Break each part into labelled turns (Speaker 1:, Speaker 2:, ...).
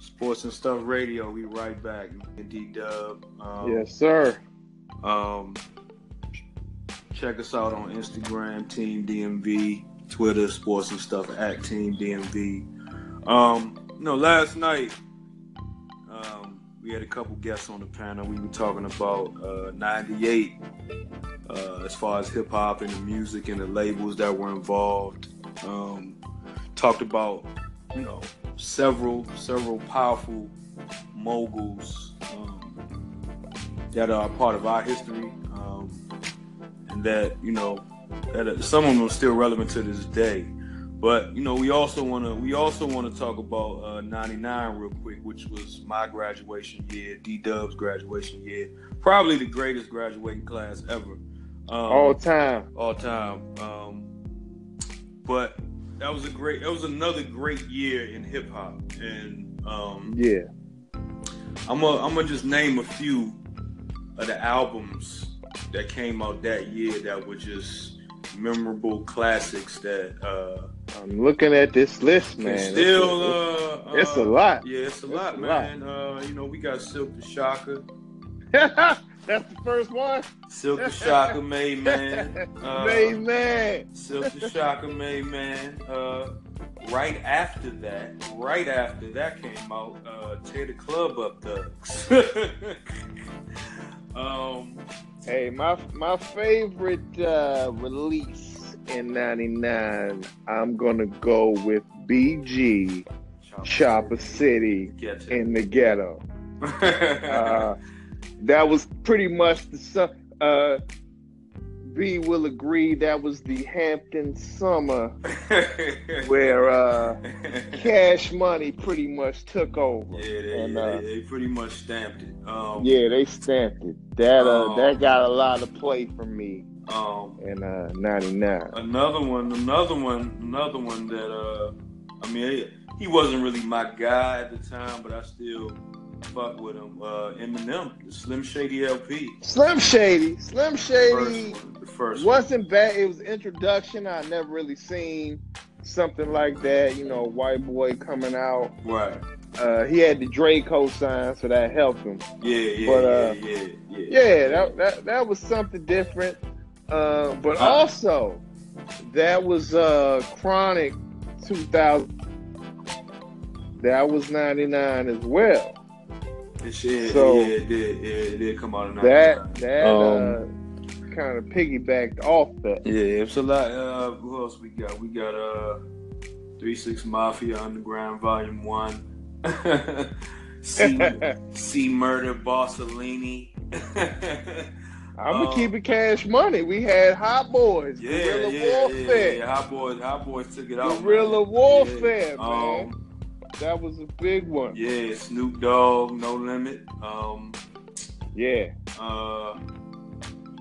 Speaker 1: Sports and Stuff Radio. We right back. D Dub. Um,
Speaker 2: yes, sir.
Speaker 1: Um, check us out on Instagram, Team DMV, Twitter, Sports and Stuff at Team DMV. Um, you know, last night um, we had a couple guests on the panel. We were talking about uh, '98 uh, as far as hip hop and the music and the labels that were involved. Um, talked about you know several several powerful moguls um, that are part of our history um, and that you know that uh, some of them are still relevant to this day but you know we also want to we also want to talk about uh, 99 real quick which was my graduation year d-dub's graduation year probably the greatest graduating class ever um,
Speaker 2: All time.
Speaker 1: all time. Um, but that was a great. That was another great year in hip hop, and um,
Speaker 2: Yeah.
Speaker 1: I'm gonna I'm gonna just name a few of the albums that came out that year that were just memorable classics that uh,
Speaker 2: I'm looking at this list,
Speaker 1: can
Speaker 2: man. It's-
Speaker 1: still.
Speaker 2: it's,
Speaker 1: uh, uh,
Speaker 2: it's a lot.
Speaker 1: Yeah, it's a
Speaker 2: It's
Speaker 1: lot,
Speaker 2: a
Speaker 1: man. Uh, you know, we got Silk the Shocker. uh,
Speaker 2: That's the first one.
Speaker 1: Silk the Shocker made man. Uh,
Speaker 2: Amazing. man.
Speaker 1: Silk the Shocker made man. Uh, right after that, right after that came out, uh, tear the club up, thugs. um,
Speaker 2: Hey, my my favorite uh, release in '99. I'm gonna go with BG Chopper City
Speaker 1: Get it.
Speaker 2: in the Ghetto. Uh, that was pretty much the su- uh, B will agree that was the Hampton summer where uh,
Speaker 1: yeah,
Speaker 2: Cash Money pretty much took over.
Speaker 1: they,
Speaker 2: and, uh,
Speaker 1: they, they pretty much stamped it. Um,
Speaker 2: Yeah, they stamped it. That uh,
Speaker 1: Um,
Speaker 2: that got a lot of play from me
Speaker 1: um,
Speaker 2: in uh, '99.
Speaker 1: another one, another one, another one that uh, I mean, he, he wasn't really my guy at the time, but I still fuck with him. Uh, Eminem, the Slim Shady LP,
Speaker 2: Slim Shady, Slim Shady
Speaker 1: first one, the first one.
Speaker 2: wasn't bad. It was introduction. I never really seen something like that. You know, white boy coming out.
Speaker 1: right?
Speaker 2: Uh, he had the Dre co-sign, so that helped him.
Speaker 1: Yeah, yeah,
Speaker 2: But, uh,
Speaker 1: yeah, yeah, yeah,
Speaker 2: Yeah, that, that that was something different. Uh, but
Speaker 1: Uh.
Speaker 2: also, that was uh, Chronic 2000. That was 99 as well.
Speaker 1: It should-
Speaker 2: So-
Speaker 1: yeah, it did, yeah, it did come out of 99.
Speaker 2: That that
Speaker 1: Um.
Speaker 2: uh, kind of piggybacked off that.
Speaker 1: Yeah, it's a lot. Uh, who else we got? We got uh, Three Six Mafia Underground Volume One. C, C Murder Bossellini.
Speaker 2: I'm gonna
Speaker 1: Um,
Speaker 2: keep it cash money. We had Hot Boys,
Speaker 1: yeah,
Speaker 2: Guerrilla
Speaker 1: yeah, yeah,
Speaker 2: Warfare,
Speaker 1: yeah. Hot boys, hot boys took it out. man.
Speaker 2: Guerrilla Warfare,
Speaker 1: Yeah.
Speaker 2: man.
Speaker 1: Um,
Speaker 2: that was a big one.
Speaker 1: yeah, Snoop Dogg, No Limit. Um,
Speaker 2: Yeah,
Speaker 1: uh,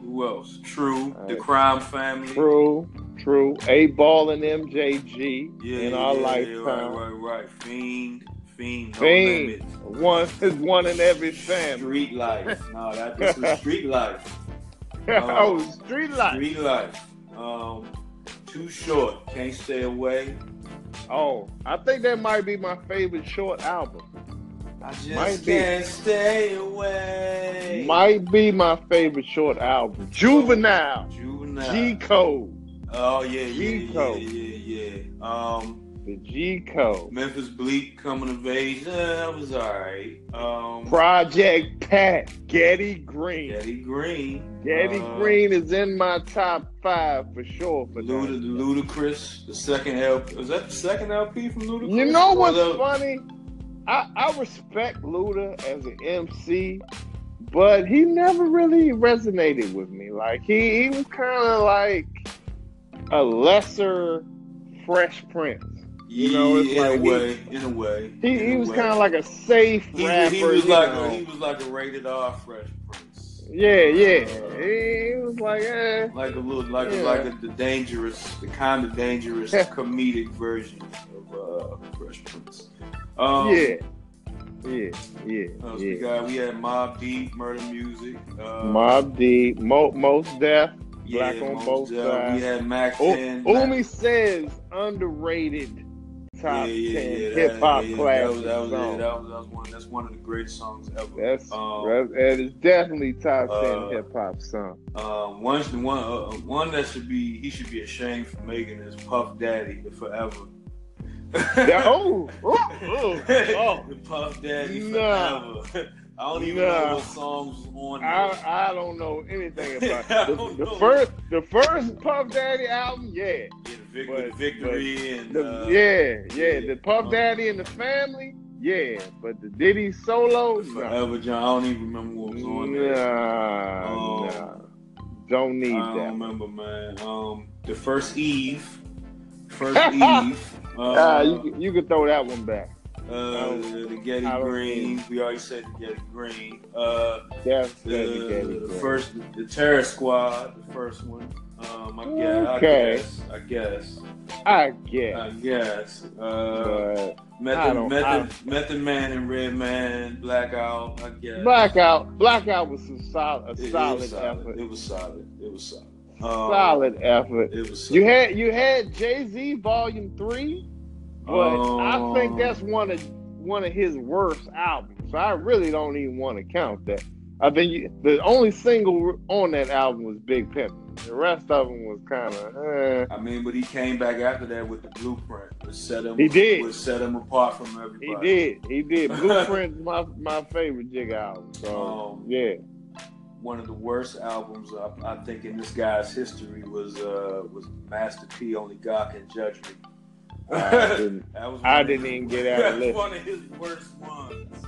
Speaker 1: who else? True, The
Speaker 2: Uh,
Speaker 1: Crime Family.
Speaker 2: true, true. A Ball and MJG
Speaker 1: Yeah,
Speaker 2: in our
Speaker 1: yeah,
Speaker 2: lifetime.
Speaker 1: Yeah, right, right, right. Fiend, Fiend, No
Speaker 2: Fiend.
Speaker 1: Limit.
Speaker 2: One is one in every family.
Speaker 1: Street life. No, that this is street life.
Speaker 2: oh, street
Speaker 1: Uh,
Speaker 2: life.
Speaker 1: Street life. Um, too short. Can't stay away.
Speaker 2: Oh, I think that might be my favorite short album.
Speaker 1: I just
Speaker 2: Might be.
Speaker 1: can't stay away.
Speaker 2: Might be my favorite short album. Juvenile,
Speaker 1: Juvenile.
Speaker 2: G Code,
Speaker 1: oh yeah, yeah, yeah,
Speaker 2: Rico.
Speaker 1: yeah, yeah. Um,
Speaker 2: the G Code,
Speaker 1: Memphis Bleak coming of age. Uh, that was alright. Um,
Speaker 2: Project Pat, Getty Green.
Speaker 1: Daddy Green.
Speaker 2: Getty
Speaker 1: Uh,
Speaker 2: Green is in my top five for sure. For
Speaker 1: Luda,
Speaker 2: that.
Speaker 1: Ludacris, the second LP. Was that the second LP from Ludacris?
Speaker 2: You know
Speaker 1: Or
Speaker 2: what's
Speaker 1: the-
Speaker 2: funny? I, I respect Luda as an MC, but he never really resonated with me. Like he, he was kind of like a lesser Fresh Prince. You know, it's
Speaker 1: Yeah, in
Speaker 2: like
Speaker 1: a
Speaker 2: he-
Speaker 1: way, in a way.
Speaker 2: He,
Speaker 1: in
Speaker 2: he
Speaker 1: a
Speaker 2: was
Speaker 1: way.
Speaker 2: kind of like a safe
Speaker 1: he,
Speaker 2: rapper.
Speaker 1: he was
Speaker 2: you
Speaker 1: like
Speaker 2: know.
Speaker 1: a, he was like a rated R Fresh Prince.
Speaker 2: yeah, yeah.
Speaker 1: Uh,
Speaker 2: He, he was like, eh.
Speaker 1: like a little, like
Speaker 2: Yeah.
Speaker 1: a, like a, the dangerous, the kind of dangerous comedic version of uh, Fresh Prince. Um,
Speaker 2: yeah, yeah, yeah,
Speaker 1: who else We
Speaker 2: yeah.
Speaker 1: got we had Mob Deep, Murder Music, uh,
Speaker 2: Mob D, Mo, Most Def.
Speaker 1: yeah,
Speaker 2: Black on
Speaker 1: Mos
Speaker 2: Both
Speaker 1: Def.
Speaker 2: Sides.
Speaker 1: We had Mac
Speaker 2: U-
Speaker 1: Ten.
Speaker 2: Umi says underrated top
Speaker 1: yeah, yeah,
Speaker 2: ten
Speaker 1: yeah, that-
Speaker 2: hip hop
Speaker 1: yeah, That
Speaker 2: classic
Speaker 1: was, that was, yeah,
Speaker 2: songs.
Speaker 1: that was, that was one, that's one of the greatest songs ever.
Speaker 2: That's
Speaker 1: Um,
Speaker 2: that- that is definitely top ten
Speaker 1: uh,
Speaker 2: hip hop song.
Speaker 1: Um, one, one, uh, one that should be he should be ashamed for making is Puff Daddy the Forever.
Speaker 2: Yeah, oh, oh, oh, oh.
Speaker 1: The Puff Daddy
Speaker 2: Nah.
Speaker 1: Forever. I don't even
Speaker 2: Nah.
Speaker 1: know what songs was on. there.
Speaker 2: I I don't know anything about
Speaker 1: I
Speaker 2: the,
Speaker 1: don't
Speaker 2: the
Speaker 1: know.
Speaker 2: first the first Puff Daddy album. Yeah,
Speaker 1: yeah, the Vic-
Speaker 2: but-
Speaker 1: the victory and
Speaker 2: the,
Speaker 1: uh,
Speaker 2: yeah,
Speaker 1: yeah,
Speaker 2: yeah, the Puff
Speaker 1: um,
Speaker 2: Daddy and the Family. Yeah, but the Diddy solo.
Speaker 1: the
Speaker 2: No.
Speaker 1: Forever John. I don't even remember what was on there.
Speaker 2: Nah,
Speaker 1: Um,
Speaker 2: nah. Don't need
Speaker 1: I
Speaker 2: that.
Speaker 1: don't remember, man. Um, the first Eve, first Eve. Uh,
Speaker 2: Ah, you can- you can throw that one back.
Speaker 1: uh, the, the Getty
Speaker 2: I don't
Speaker 1: Green. We already said the Getty Green. Uh,
Speaker 2: That's
Speaker 1: the, the first, the Terror Squad, the first one. Um, I guess.
Speaker 2: Okay.
Speaker 1: I guess.
Speaker 2: I
Speaker 1: I guess. I
Speaker 2: guess.
Speaker 1: guess. Uh,
Speaker 2: But I
Speaker 1: Method,
Speaker 2: don't-
Speaker 1: Method, Method Man and Red Man, Blackout. I guess.
Speaker 2: blackout, blackout was some solid,
Speaker 1: It-
Speaker 2: a
Speaker 1: it
Speaker 2: solid
Speaker 1: was uh,
Speaker 2: effort.
Speaker 1: It was solid. It was solid. Um,
Speaker 2: solid effort.
Speaker 1: It was.
Speaker 2: You
Speaker 1: solid.
Speaker 2: had you had Jay Z Volume Three, but I
Speaker 1: Oh. Um,
Speaker 2: think that's one of one of his worst albums. So I really don't even want to count that. I think you, the only single on that album was Big Pimp. The rest of them was kind of. Eh.
Speaker 1: I mean, but he came back after that with the blueprint, which set him.
Speaker 2: He did.
Speaker 1: Which set him apart from everybody.
Speaker 2: He did, he did. Blueprint, my my favorite Jig album. So
Speaker 1: Um,
Speaker 2: yeah,
Speaker 1: one of the worst albums I, I think in this guy's history was uh, was Master P. Only God can judge me.
Speaker 2: I didn't,
Speaker 1: That was
Speaker 2: I
Speaker 1: one of
Speaker 2: didn't
Speaker 1: his-
Speaker 2: even get out of
Speaker 1: that was
Speaker 2: listen.
Speaker 1: one of his worst ones.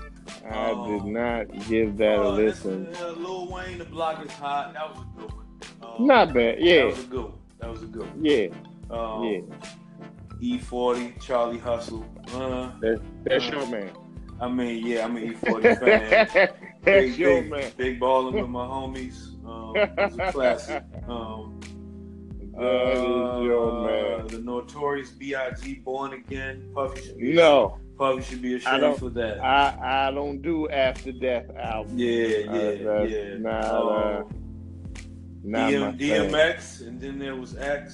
Speaker 2: I did
Speaker 1: Um,
Speaker 2: not give that a
Speaker 1: Uh, this-
Speaker 2: listen.
Speaker 1: Uh, Lil Wayne, the block is hot. That was a good one. Um,
Speaker 2: Not bad.
Speaker 1: That
Speaker 2: Yeah,
Speaker 1: was a good one. That was a good one.
Speaker 2: yeah.
Speaker 1: Um,
Speaker 2: Yeah.
Speaker 1: E40, Charlie Hustle. Uh,
Speaker 2: That's your man.
Speaker 1: I mean, yeah, I'm an E40 fan.
Speaker 2: That's
Speaker 1: big,
Speaker 2: your
Speaker 1: big,
Speaker 2: man.
Speaker 1: Big balling with my homies. Um, it was a classic. Um,
Speaker 2: That is your
Speaker 1: Uh,
Speaker 2: man.
Speaker 1: The notorious B.I.G. Born Again. Puffy should be,
Speaker 2: No,
Speaker 1: Puffy should be
Speaker 2: I
Speaker 1: ashamed
Speaker 2: don't-
Speaker 1: for that.
Speaker 2: I I don't do after death albums.
Speaker 1: yeah, yeah,
Speaker 2: Uh, that's
Speaker 1: yeah.
Speaker 2: not,
Speaker 1: Uh,
Speaker 2: Not
Speaker 1: DM
Speaker 2: my thing.
Speaker 1: DMX, and then there was X.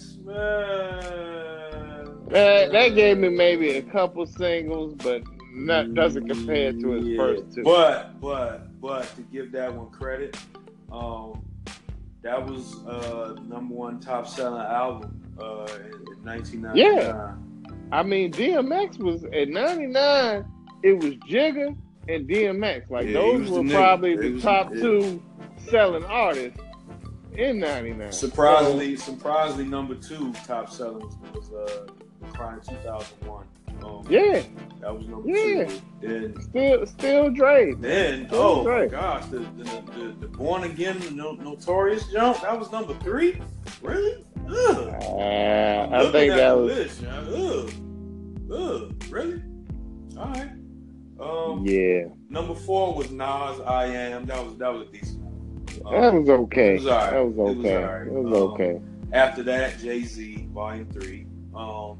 Speaker 1: Man.
Speaker 2: That, that gave me maybe a couple singles, but not, doesn't compare to his
Speaker 1: Yeah.
Speaker 2: first two.
Speaker 1: But but but to give that one credit, um, that was uh number one top selling album uh in, in 1999.
Speaker 2: I mean, DMX was at '99. It was Jigga and DMX. Like
Speaker 1: Yeah, he
Speaker 2: those
Speaker 1: was
Speaker 2: were
Speaker 1: the nigga.
Speaker 2: probably
Speaker 1: He
Speaker 2: the
Speaker 1: was-
Speaker 2: top
Speaker 1: yeah.
Speaker 2: two selling artists in '99.
Speaker 1: Surprisingly, surprisingly, number two top selling was uh, Chronic 2001. Um,
Speaker 2: yeah,
Speaker 1: that was number
Speaker 2: Yeah.
Speaker 1: two. Then,
Speaker 2: still, still Dre.
Speaker 1: then, oh my gosh, the the, the, the Born Again no, Notorious jump that was number three. Really? Ugh.
Speaker 2: Uh,
Speaker 1: I'm
Speaker 2: I
Speaker 1: looking
Speaker 2: think
Speaker 1: at
Speaker 2: that
Speaker 1: the
Speaker 2: was
Speaker 1: list, yeah. Ugh. Ugh. Really? All right. Um,
Speaker 2: yeah.
Speaker 1: number four was Nas. I am. That was that was a decent. album. Um,
Speaker 2: That was okay.
Speaker 1: it was all right.
Speaker 2: That was
Speaker 1: It was
Speaker 2: okay.
Speaker 1: all right.
Speaker 2: That was
Speaker 1: Um,
Speaker 2: okay.
Speaker 1: After that, Jay Z, Volume Three. Um,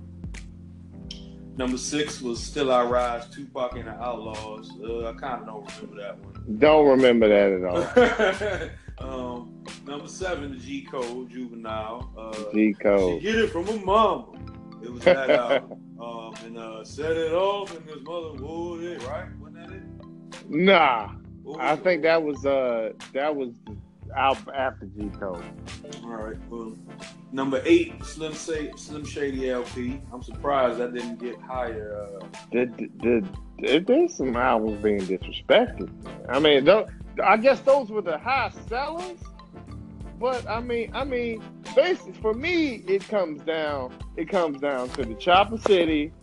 Speaker 1: number six was Still I Rise, Tupac and the Outlaws. Uh, I kind of don't remember that one.
Speaker 2: Don't remember that at all. Oh.
Speaker 1: um, number seven, the G Code, Juvenile. Uh,
Speaker 2: G
Speaker 1: she
Speaker 2: Code.
Speaker 1: get it from her mama. It was that album. Um, and uh, set it off, and his mother wooed it, right? Wasn't that it?
Speaker 2: Nah,
Speaker 1: What was
Speaker 2: I
Speaker 1: it?
Speaker 2: think that was uh that was out after G Code.
Speaker 1: All right. Well, number eight, Slim Say, Slim Shady LP. I'm surprised that didn't get higher. Uh,
Speaker 2: Did did did there's some albums being disrespected? I mean, tho- I guess those were the high sellers. But I mean, I mean, basically for me, it comes down it comes down to the Chopper City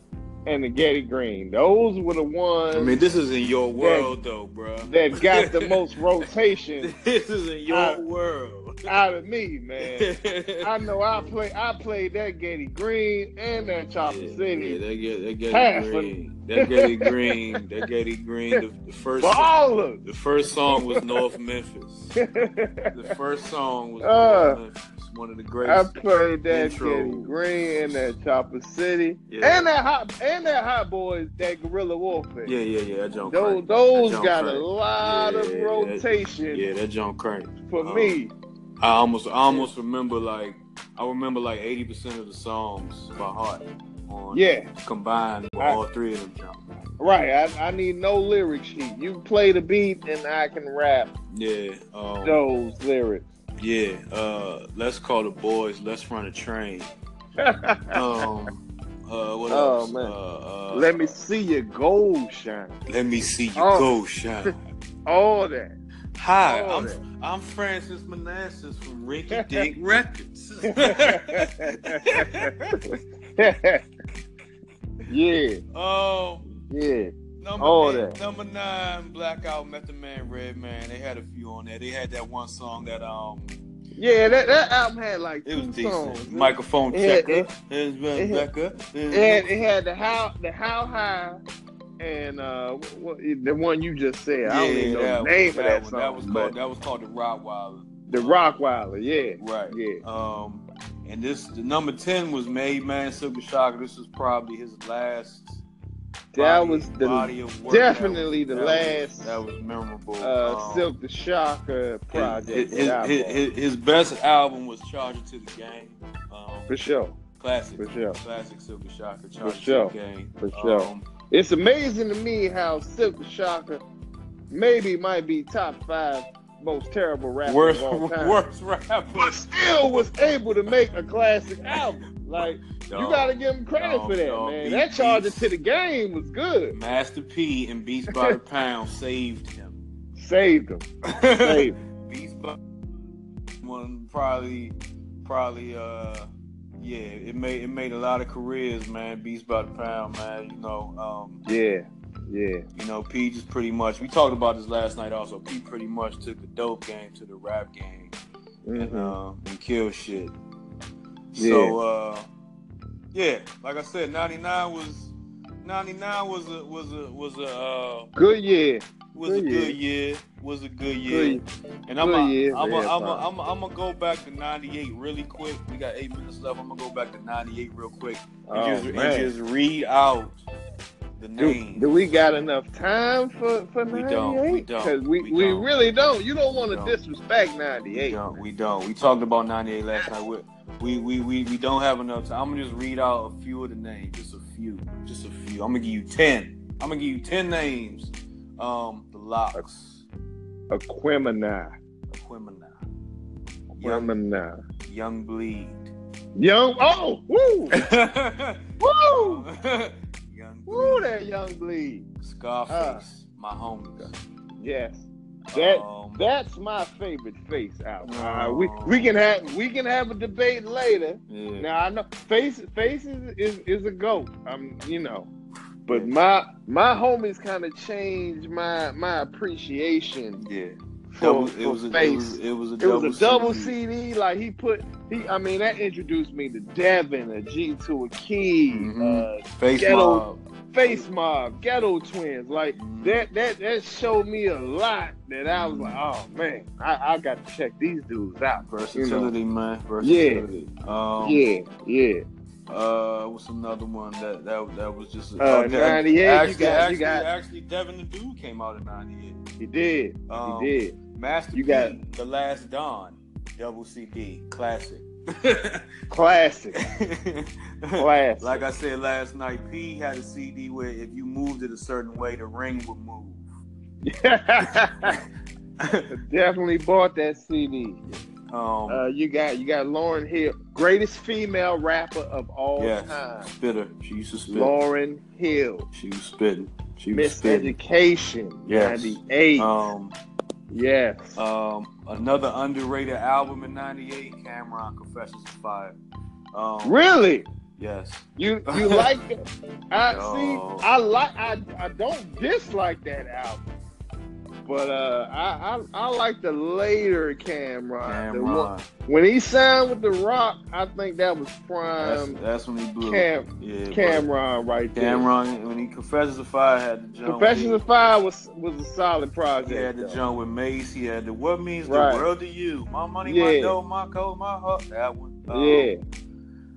Speaker 2: and the Getty Green. Those were the ones
Speaker 1: I mean, this is in your world,
Speaker 2: world,
Speaker 1: though, bro.
Speaker 2: that got the most rotation
Speaker 1: this is in your
Speaker 2: your I-
Speaker 1: world.
Speaker 2: out of me, man. I know I play I played that Getty Green and that Chopper City.
Speaker 1: they get they get
Speaker 2: Half
Speaker 1: it
Speaker 2: of-
Speaker 1: green. They get it green. They get it green. The, the first
Speaker 2: But all of
Speaker 1: the first song was North Memphis.
Speaker 2: them.
Speaker 1: The first song was
Speaker 2: Uh,
Speaker 1: North Memphis. One of the
Speaker 2: I
Speaker 1: greatest.
Speaker 2: played that
Speaker 1: intro.
Speaker 2: Getty Green and that Chopper City
Speaker 1: Yeah.
Speaker 2: and that hot and that hot boys that Gorilla Warfare.
Speaker 1: yeah, yeah, yeah. That jump
Speaker 2: Those
Speaker 1: crank.
Speaker 2: those
Speaker 1: That
Speaker 2: got
Speaker 1: jump
Speaker 2: a
Speaker 1: crank.
Speaker 2: lot
Speaker 1: Yeah,
Speaker 2: of
Speaker 1: that-
Speaker 2: rotation
Speaker 1: Yeah, that jump crank.
Speaker 2: for
Speaker 1: um,
Speaker 2: me.
Speaker 1: I almost I almost remember like I remember like eighty percent of the songs by heart. on
Speaker 2: Yeah,
Speaker 1: combined with
Speaker 2: I-
Speaker 1: all three of them jump.
Speaker 2: right. I, I need no lyric sheet. You play the beat and I can rap
Speaker 1: Yeah. Um,
Speaker 2: those lyrics.
Speaker 1: Yeah. Uh, let's call the boys. Let's run a train. Uh, Um, uh, what
Speaker 2: Oh,
Speaker 1: else?
Speaker 2: man.
Speaker 1: Uh, uh,
Speaker 2: Let me see your gold shine.
Speaker 1: let me see you
Speaker 2: Oh.
Speaker 1: go, shine.
Speaker 2: All that.
Speaker 1: Hi,
Speaker 2: All
Speaker 1: Ah, I'm
Speaker 2: that.
Speaker 1: I'm Francis Manassas from Rinky Dink Records.
Speaker 2: yeah,
Speaker 1: um,
Speaker 2: yeah.
Speaker 1: number
Speaker 2: All
Speaker 1: eight,
Speaker 2: that.
Speaker 1: number nine, Blackout, Method Man, Red Man. They had a few on there. They had that one song that um,
Speaker 2: Yeah, that, that album had like
Speaker 1: it
Speaker 2: two
Speaker 1: was decent.
Speaker 2: songs.
Speaker 1: Microphone
Speaker 2: It had-
Speaker 1: checker. It's been
Speaker 2: it had-
Speaker 1: Becca.
Speaker 2: It had, it had the how the how high and uh what, the one you just said. I don't even know
Speaker 1: that
Speaker 2: the
Speaker 1: was-
Speaker 2: name of that
Speaker 1: one.
Speaker 2: song.
Speaker 1: That was
Speaker 2: but
Speaker 1: called that was called the Rottweiler.
Speaker 2: the Rockwilder. Yeah,
Speaker 1: Right.
Speaker 2: yeah.
Speaker 1: Um, and this the number ten was Made Man Silver Shocker. This was probably his last.
Speaker 2: That
Speaker 1: body-
Speaker 2: was the
Speaker 1: body of work.
Speaker 2: definitely
Speaker 1: That
Speaker 2: the
Speaker 1: was-
Speaker 2: last
Speaker 1: That was, that was memorable.
Speaker 2: uh
Speaker 1: Um,
Speaker 2: Silk the Shocker
Speaker 1: his-
Speaker 2: project.
Speaker 1: His,
Speaker 2: that I
Speaker 1: his,
Speaker 2: bought.
Speaker 1: his, his best album was Charger to the Game. Um,
Speaker 2: for sure,
Speaker 1: classic,
Speaker 2: for sure.
Speaker 1: classic Silver Shocker. Charger
Speaker 2: sure.
Speaker 1: to the Game.
Speaker 2: For sure.
Speaker 1: Um,
Speaker 2: It's amazing to me how Silk the Shocker maybe might be top five most terrible rappers
Speaker 1: worst,
Speaker 2: of all time.
Speaker 1: worst rapper.
Speaker 2: But still was able to make a classic album. Like you gotta give him credit
Speaker 1: dog,
Speaker 2: for that,
Speaker 1: dog,
Speaker 2: man.
Speaker 1: beat-
Speaker 2: that charge
Speaker 1: beats.
Speaker 2: to the game was good.
Speaker 1: Master P and Beats by the Pound saved him.
Speaker 2: Saved him. Saved him.
Speaker 1: Beats by one probably probably uh yeah, it made it made a lot of careers, man. Beats by the Pound, man. You know, um,
Speaker 2: Yeah, yeah.
Speaker 1: you know, P just pretty much we talked about this last night also. P pretty much took the dope game to the rap game and
Speaker 2: Mhm.
Speaker 1: uh, and killed shit.
Speaker 2: Yeah.
Speaker 1: So uh yeah, like I said, ninety nine was ninety nine was a was a was a uh
Speaker 2: Good year.
Speaker 1: was
Speaker 2: Good
Speaker 1: a
Speaker 2: year.
Speaker 1: good year. Was a good year.
Speaker 2: Good
Speaker 1: And I'm
Speaker 2: good
Speaker 1: gonna
Speaker 2: year for
Speaker 1: I'm
Speaker 2: everybody.
Speaker 1: I'm I'm gonna go back to 98 really quick. We got eight minutes left. I'm gonna go back to 98 real quick and,
Speaker 2: Oh,
Speaker 1: just, and
Speaker 2: man.
Speaker 1: just read out the
Speaker 2: do,
Speaker 1: name.
Speaker 2: do we got enough time for for
Speaker 1: We
Speaker 2: 98?
Speaker 1: don't, we don't,
Speaker 2: Cause we,
Speaker 1: we
Speaker 2: we,
Speaker 1: don't.
Speaker 2: really don't. You don't want
Speaker 1: We
Speaker 2: to
Speaker 1: don't.
Speaker 2: disrespect
Speaker 1: we
Speaker 2: 98.
Speaker 1: don't. We don't. We talked about 98 last night. We we, we, we we don't have enough time. I'm gonna just read out a few of the names. Just a few. Just a few. I'm gonna give you ten. I'm gonna give you ten names. Um, the Locks,
Speaker 2: Aquemini.
Speaker 1: Aquemini, Young,
Speaker 2: Aquemini.
Speaker 1: Young Bleed.
Speaker 2: Young. Oh, woo, woo,
Speaker 1: Young
Speaker 2: woo.
Speaker 1: Bleed.
Speaker 2: That young bleed.
Speaker 1: Scarface,
Speaker 2: Uh,
Speaker 1: my homie.
Speaker 2: Yes. That
Speaker 1: Um,
Speaker 2: that's my favorite face album. Uh, we we can have we can have a debate later.
Speaker 1: yeah.
Speaker 2: Now I know face faces is is a goat. I'm you know, but my my homies kind of changed my my appreciation
Speaker 1: yeah.
Speaker 2: for,
Speaker 1: Double, it, was
Speaker 2: for
Speaker 1: a, it
Speaker 2: face.
Speaker 1: was it was a
Speaker 2: It
Speaker 1: double,
Speaker 2: was a double CD. Like he put he. I mean that introduced me to Devin, a G to a Key,
Speaker 1: Mhm.
Speaker 2: uh,
Speaker 1: Face
Speaker 2: Ghetto.
Speaker 1: mob.
Speaker 2: Face Mob, Ghetto Twins. Like
Speaker 1: Mhm.
Speaker 2: that that that showed me a lot. That I was like, oh man, I, I got to check these dudes out.
Speaker 1: versatility, man. Versatility. Um,
Speaker 2: Yeah, yeah.
Speaker 1: Uh, what's another one that that that was just oh,
Speaker 2: Uh, 98, you
Speaker 1: Actually,
Speaker 2: got-
Speaker 1: actually,
Speaker 2: you got-
Speaker 1: actually, Devin the Dude came out in '98.
Speaker 2: He did.
Speaker 1: Um,
Speaker 2: he did.
Speaker 1: Master
Speaker 2: You
Speaker 1: P,
Speaker 2: got-
Speaker 1: The Last Dawn, double CD, classic.
Speaker 2: Classic. Classic.
Speaker 1: Like I said last night, P had a CD where if you moved it a certain way, the ring would move.
Speaker 2: Definitely bought that CD.
Speaker 1: um,
Speaker 2: Uh, you got you got Lauren Hill, greatest female rapper of all
Speaker 1: yes,
Speaker 2: time.
Speaker 1: spitter. She used to spit.
Speaker 2: Lauren Hill,
Speaker 1: She was spitting. She was
Speaker 2: Miss
Speaker 1: spitting.
Speaker 2: Education,
Speaker 1: Yes.
Speaker 2: ninety eight.
Speaker 1: Um,
Speaker 2: yes,
Speaker 1: um, another underrated album in '98, Cameron Confessions of Fire. Um,
Speaker 2: really?
Speaker 1: Yes.
Speaker 2: You you like that? I
Speaker 1: No.
Speaker 2: see. I like. I I don't dislike that album. But uh, I, I I like the later Cameron. Uh, The one-
Speaker 1: Cameron.
Speaker 2: when he signed with The Rock, I think that was
Speaker 1: That's,
Speaker 2: prime
Speaker 1: that's when he blew.
Speaker 2: um, Cam,
Speaker 1: yeah, but
Speaker 2: Cameron right there.
Speaker 1: Cameron. When he Confessions of Fire had the jump.
Speaker 2: Confessions of Fire was was a solid project.
Speaker 1: He had the
Speaker 2: though.
Speaker 1: jump with Mace. He had the What Means
Speaker 2: Right.
Speaker 1: the World to You. My money, my
Speaker 2: Yeah.
Speaker 1: dough, my coat, my heart. That one. Um,
Speaker 2: yeah,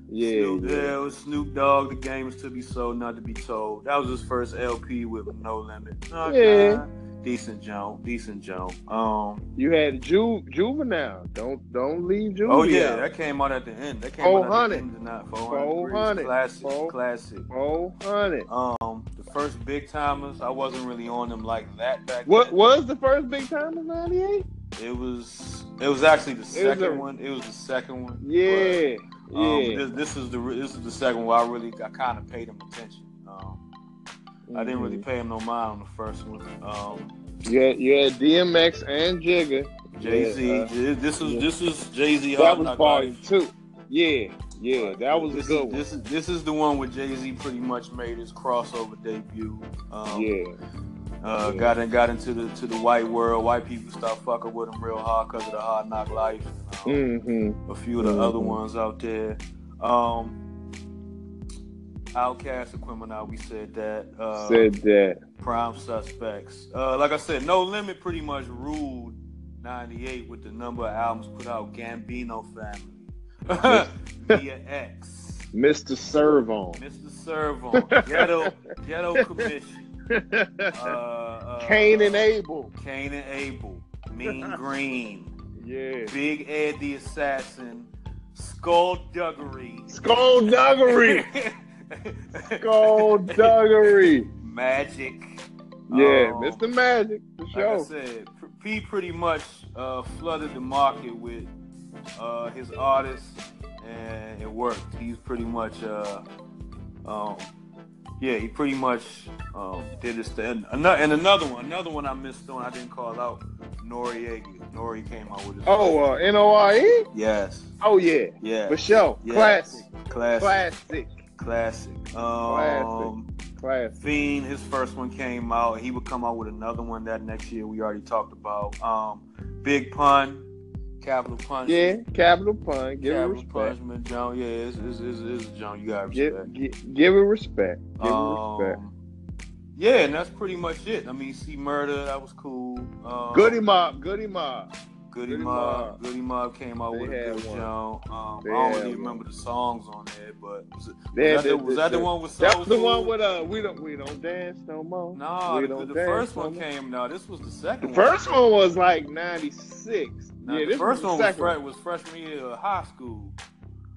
Speaker 2: yeah,
Speaker 1: Snoop,
Speaker 2: yeah.
Speaker 1: Dogg, Snoop Dogg, the game is to be sold, not to be told. That was his first LP with No Limit. Knock,
Speaker 2: Yeah.
Speaker 1: knock. Decent Joe. Decent Joe. Um.
Speaker 2: You had Ju- juvenile. Don't don't leave juvenile.
Speaker 1: Oh yeah, that came out at the end. That came out at the
Speaker 2: 400.
Speaker 1: end tonight.
Speaker 2: 400.
Speaker 1: 400. Classic.
Speaker 2: Four-
Speaker 1: Classic.
Speaker 2: Oh, honey.
Speaker 1: Um, the first big timers, I wasn't really on them like that back
Speaker 2: What
Speaker 1: then.
Speaker 2: was the first big time in '98?
Speaker 1: It was. It was actually the
Speaker 2: It was
Speaker 1: second
Speaker 2: a-
Speaker 1: one. It was the second one. but,
Speaker 2: Yeah,
Speaker 1: um,
Speaker 2: yeah.
Speaker 1: This, this is the re- this is the second one. I really I kind of paid him attention. Um, I didn't
Speaker 2: Mm-hmm.
Speaker 1: really pay him no mind on the first one. Um,
Speaker 2: You had, you had DMX and Jigga.
Speaker 1: Jay Z.
Speaker 2: Yeah, uh,
Speaker 1: this was
Speaker 2: yeah.
Speaker 1: this was Jay Z.
Speaker 2: that was party two. Yeah, yeah, that was a
Speaker 1: this
Speaker 2: good
Speaker 1: is,
Speaker 2: one.
Speaker 1: This is this is the one where Jay Z pretty much made his crossover debut. Um,
Speaker 2: yeah,
Speaker 1: uh,
Speaker 2: Yeah.
Speaker 1: got in, got into the to the white world. White people start fucking with him real hard because of the hard knock life. Um,
Speaker 2: mm-hmm.
Speaker 1: A few of the
Speaker 2: Mhm.
Speaker 1: other ones out there. Um, Outcast and Criminal, we said that. Uh,
Speaker 2: Said that.
Speaker 1: Prime suspects. Uh, like I said, No Limit pretty much ruled '98 with the number of albums put out. Gambino Family, Via X,
Speaker 2: Mr. Servon.
Speaker 1: Mr. Servon, Ghetto Ghetto Commission, uh, uh,
Speaker 2: Cain and Abel.
Speaker 1: Cain and Abel, Mean Green,
Speaker 2: Yeah.
Speaker 1: Big Ed the Assassin, Skullduggery,
Speaker 2: Skullduggery. Skullduggery.
Speaker 1: Magic.
Speaker 2: Yeah,
Speaker 1: Um,
Speaker 2: Mr. Magic for
Speaker 1: Like I
Speaker 2: sure.
Speaker 1: said, P pretty much uh, flooded the market with uh, his artists, and it worked. He's pretty much, uh, um, yeah, he pretty much um, did his thing. And, ano- and another one, another one I missed on, I didn't call out Noriega. Nori came out with his.
Speaker 2: Oh, uh, N-O-R-E?
Speaker 1: yes,
Speaker 2: Oh, yeah.
Speaker 1: yeah,
Speaker 2: For sure.
Speaker 1: yes.
Speaker 2: Classic.
Speaker 1: classic,
Speaker 2: Classic.
Speaker 1: classic, Um,
Speaker 2: Classic.
Speaker 1: Fiend, his first one came out. He would come out with another one that next year. We already talked about um, Big Pun, Capital Punch.
Speaker 2: Yeah, capital pun. Give it
Speaker 1: Capital
Speaker 2: respect.
Speaker 1: Punishment, John. Yeah, it's, it's, it's, it's a John. You got
Speaker 2: Give,
Speaker 1: respect.
Speaker 2: give, give it respect. Give
Speaker 1: Um,
Speaker 2: it respect.
Speaker 1: Yeah, and that's pretty much it. I mean, see Murder, that was cool. Um,
Speaker 2: Goody Mob. Goody Mob.
Speaker 1: Goody
Speaker 2: Goody
Speaker 1: Mob.
Speaker 2: Mob.
Speaker 1: Goody Mob came out
Speaker 2: They
Speaker 1: with a
Speaker 2: had
Speaker 1: good
Speaker 2: one.
Speaker 1: John. Um,
Speaker 2: They
Speaker 1: I don't
Speaker 2: had
Speaker 1: really
Speaker 2: one.
Speaker 1: remember the songs on there, but was, it,
Speaker 2: They had
Speaker 1: was that, the,
Speaker 2: the-
Speaker 1: was
Speaker 2: the-
Speaker 1: that the
Speaker 2: the-
Speaker 1: one with Soul
Speaker 2: That was the one
Speaker 1: Food?
Speaker 2: with uh we don't we don't dance no more.
Speaker 1: No,
Speaker 2: we
Speaker 1: the,
Speaker 2: don't
Speaker 1: the
Speaker 2: dance
Speaker 1: first
Speaker 2: no
Speaker 1: one
Speaker 2: more.
Speaker 1: came. No, this was the second
Speaker 2: The
Speaker 1: one.
Speaker 2: first one was like ninety six.
Speaker 1: Now,
Speaker 2: Yeah,
Speaker 1: the
Speaker 2: this
Speaker 1: first
Speaker 2: was
Speaker 1: one
Speaker 2: the
Speaker 1: was,
Speaker 2: second
Speaker 1: fre- was freshman year of high school.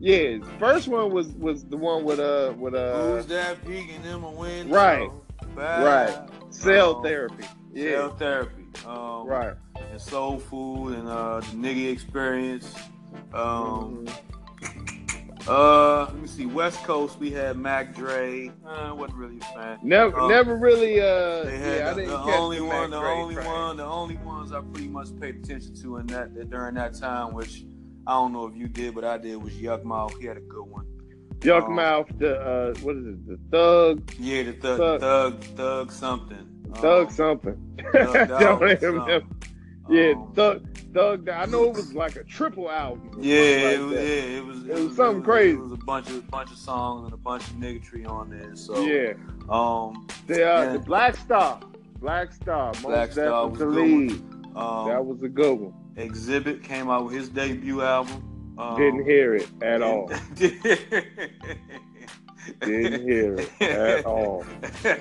Speaker 2: Yeah, the first one was was the one with uh with uh
Speaker 1: Who's that peeking in my window?
Speaker 2: right,
Speaker 1: Bad.
Speaker 2: cell
Speaker 1: Um,
Speaker 2: therapy. Yeah,
Speaker 1: Cell therapy. Um,
Speaker 2: right.
Speaker 1: And soul food and uh, the nigga experience. Um,
Speaker 2: Mhm. Mm-hmm.
Speaker 1: uh, let me see. West Coast, we had Mac Dre. Uh, wasn't really a fan.
Speaker 2: Never,
Speaker 1: um,
Speaker 2: never really. Uh,
Speaker 1: They had
Speaker 2: yeah, I
Speaker 1: the,
Speaker 2: didn't
Speaker 1: the
Speaker 2: catch
Speaker 1: only
Speaker 2: the
Speaker 1: one,
Speaker 2: Mac
Speaker 1: the
Speaker 2: Dre
Speaker 1: only
Speaker 2: train.
Speaker 1: one, the only ones I pretty much paid attention to in that, that during that time, which I don't know if you did, but I did was Yuck Mouth. He had a good one.
Speaker 2: Yuck
Speaker 1: um,
Speaker 2: mouth. The uh, what is it? The thug,
Speaker 1: Yeah, the thug,
Speaker 2: Thug.
Speaker 1: thug, thug something.
Speaker 2: thug
Speaker 1: Um,
Speaker 2: something.
Speaker 1: Thug Dog
Speaker 2: Don't
Speaker 1: or
Speaker 2: even
Speaker 1: something.
Speaker 2: remember. Yeah,
Speaker 1: Um,
Speaker 2: thug, thug. I know it was like a triple album. or
Speaker 1: Yeah, it
Speaker 2: something
Speaker 1: was,
Speaker 2: like
Speaker 1: yeah,
Speaker 2: that.
Speaker 1: it was.
Speaker 2: It was something crazy.
Speaker 1: It was a bunch of bunch of songs and a bunch of niggatry on there. So
Speaker 2: yeah.
Speaker 1: um,
Speaker 2: The, uh,
Speaker 1: Yeah.
Speaker 2: the Black Star, Black Star, Most
Speaker 1: Black Star was a good
Speaker 2: definitely.
Speaker 1: um,
Speaker 2: That was a good one.
Speaker 1: Exhibit came out with his debut album. Um,
Speaker 2: Didn't hear it at all. Didn't hear it at all.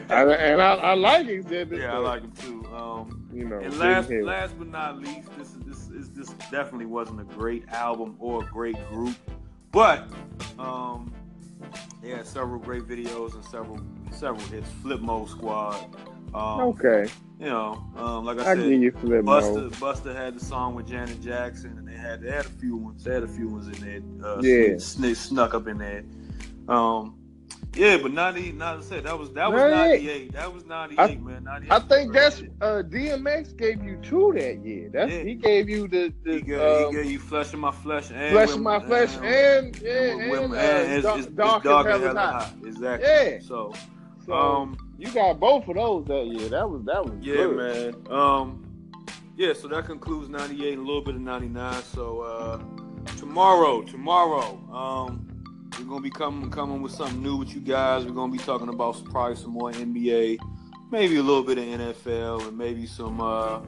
Speaker 2: I, and I, I like Exhibit.
Speaker 1: yeah, I
Speaker 2: but,
Speaker 1: like him too. Um,
Speaker 2: You know,
Speaker 1: And
Speaker 2: didn't
Speaker 1: last,
Speaker 2: hear it.
Speaker 1: last but not least, this is this is this definitely wasn't a great album or a great group, but um, they had several great videos and several several hits. Flipmo Squad, um,
Speaker 2: okay,
Speaker 1: you know, um, like I,
Speaker 2: I,
Speaker 1: said,
Speaker 2: give you flip
Speaker 1: Buster
Speaker 2: mode.
Speaker 1: Buster had the song with Janet Jackson, and they had they had a few ones, they had a few ones in there, uh,
Speaker 2: Yeah.
Speaker 1: sn- sn- snuck up in there. Um, yeah, but ninety, not I said that was that was
Speaker 2: 98.
Speaker 1: ninety eight, that was ninety
Speaker 2: I-
Speaker 1: eight, man. 98
Speaker 2: I
Speaker 1: was
Speaker 2: think
Speaker 1: great.
Speaker 2: that's uh, DMX gave you two that year. That's
Speaker 1: Yeah.
Speaker 2: he gave you the, the
Speaker 1: He gave,
Speaker 2: um,
Speaker 1: he gave you flesh in my flesh and
Speaker 2: flesh
Speaker 1: with-
Speaker 2: of my flesh
Speaker 1: and-
Speaker 2: and
Speaker 1: and
Speaker 2: and,
Speaker 1: with-
Speaker 2: and,
Speaker 1: with-
Speaker 2: uh,
Speaker 1: and it's-
Speaker 2: dark,
Speaker 1: it's- it's
Speaker 2: dark,
Speaker 1: dark
Speaker 2: and
Speaker 1: and
Speaker 2: Hell
Speaker 1: hella hot.
Speaker 2: Is Hot.
Speaker 1: Exactly.
Speaker 2: Yeah,
Speaker 1: So,
Speaker 2: so
Speaker 1: um,
Speaker 2: you got both of those that year. That was that was
Speaker 1: yeah,
Speaker 2: good.
Speaker 1: man. Um, yeah. So that concludes '98 and a little bit of '99. So uh, tomorrow, tomorrow, um, we're gonna be coming coming with something new with you guys. We're gonna be talking about probably some more NBA, maybe a little bit of NFL, and maybe some uh,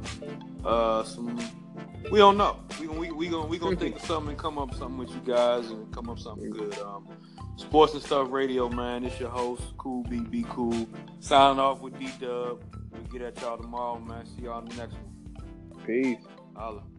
Speaker 1: uh, some. We don't know. We we we gonna we gonna think of something and come up with something with you guys and come up with something good. Um, Sports and Stuff Radio, man. It's your host, Cool B. Be Cool. Signing off with D Dub. We get at y'all tomorrow, man. See y'all in the next one.
Speaker 2: Peace.
Speaker 1: Holla.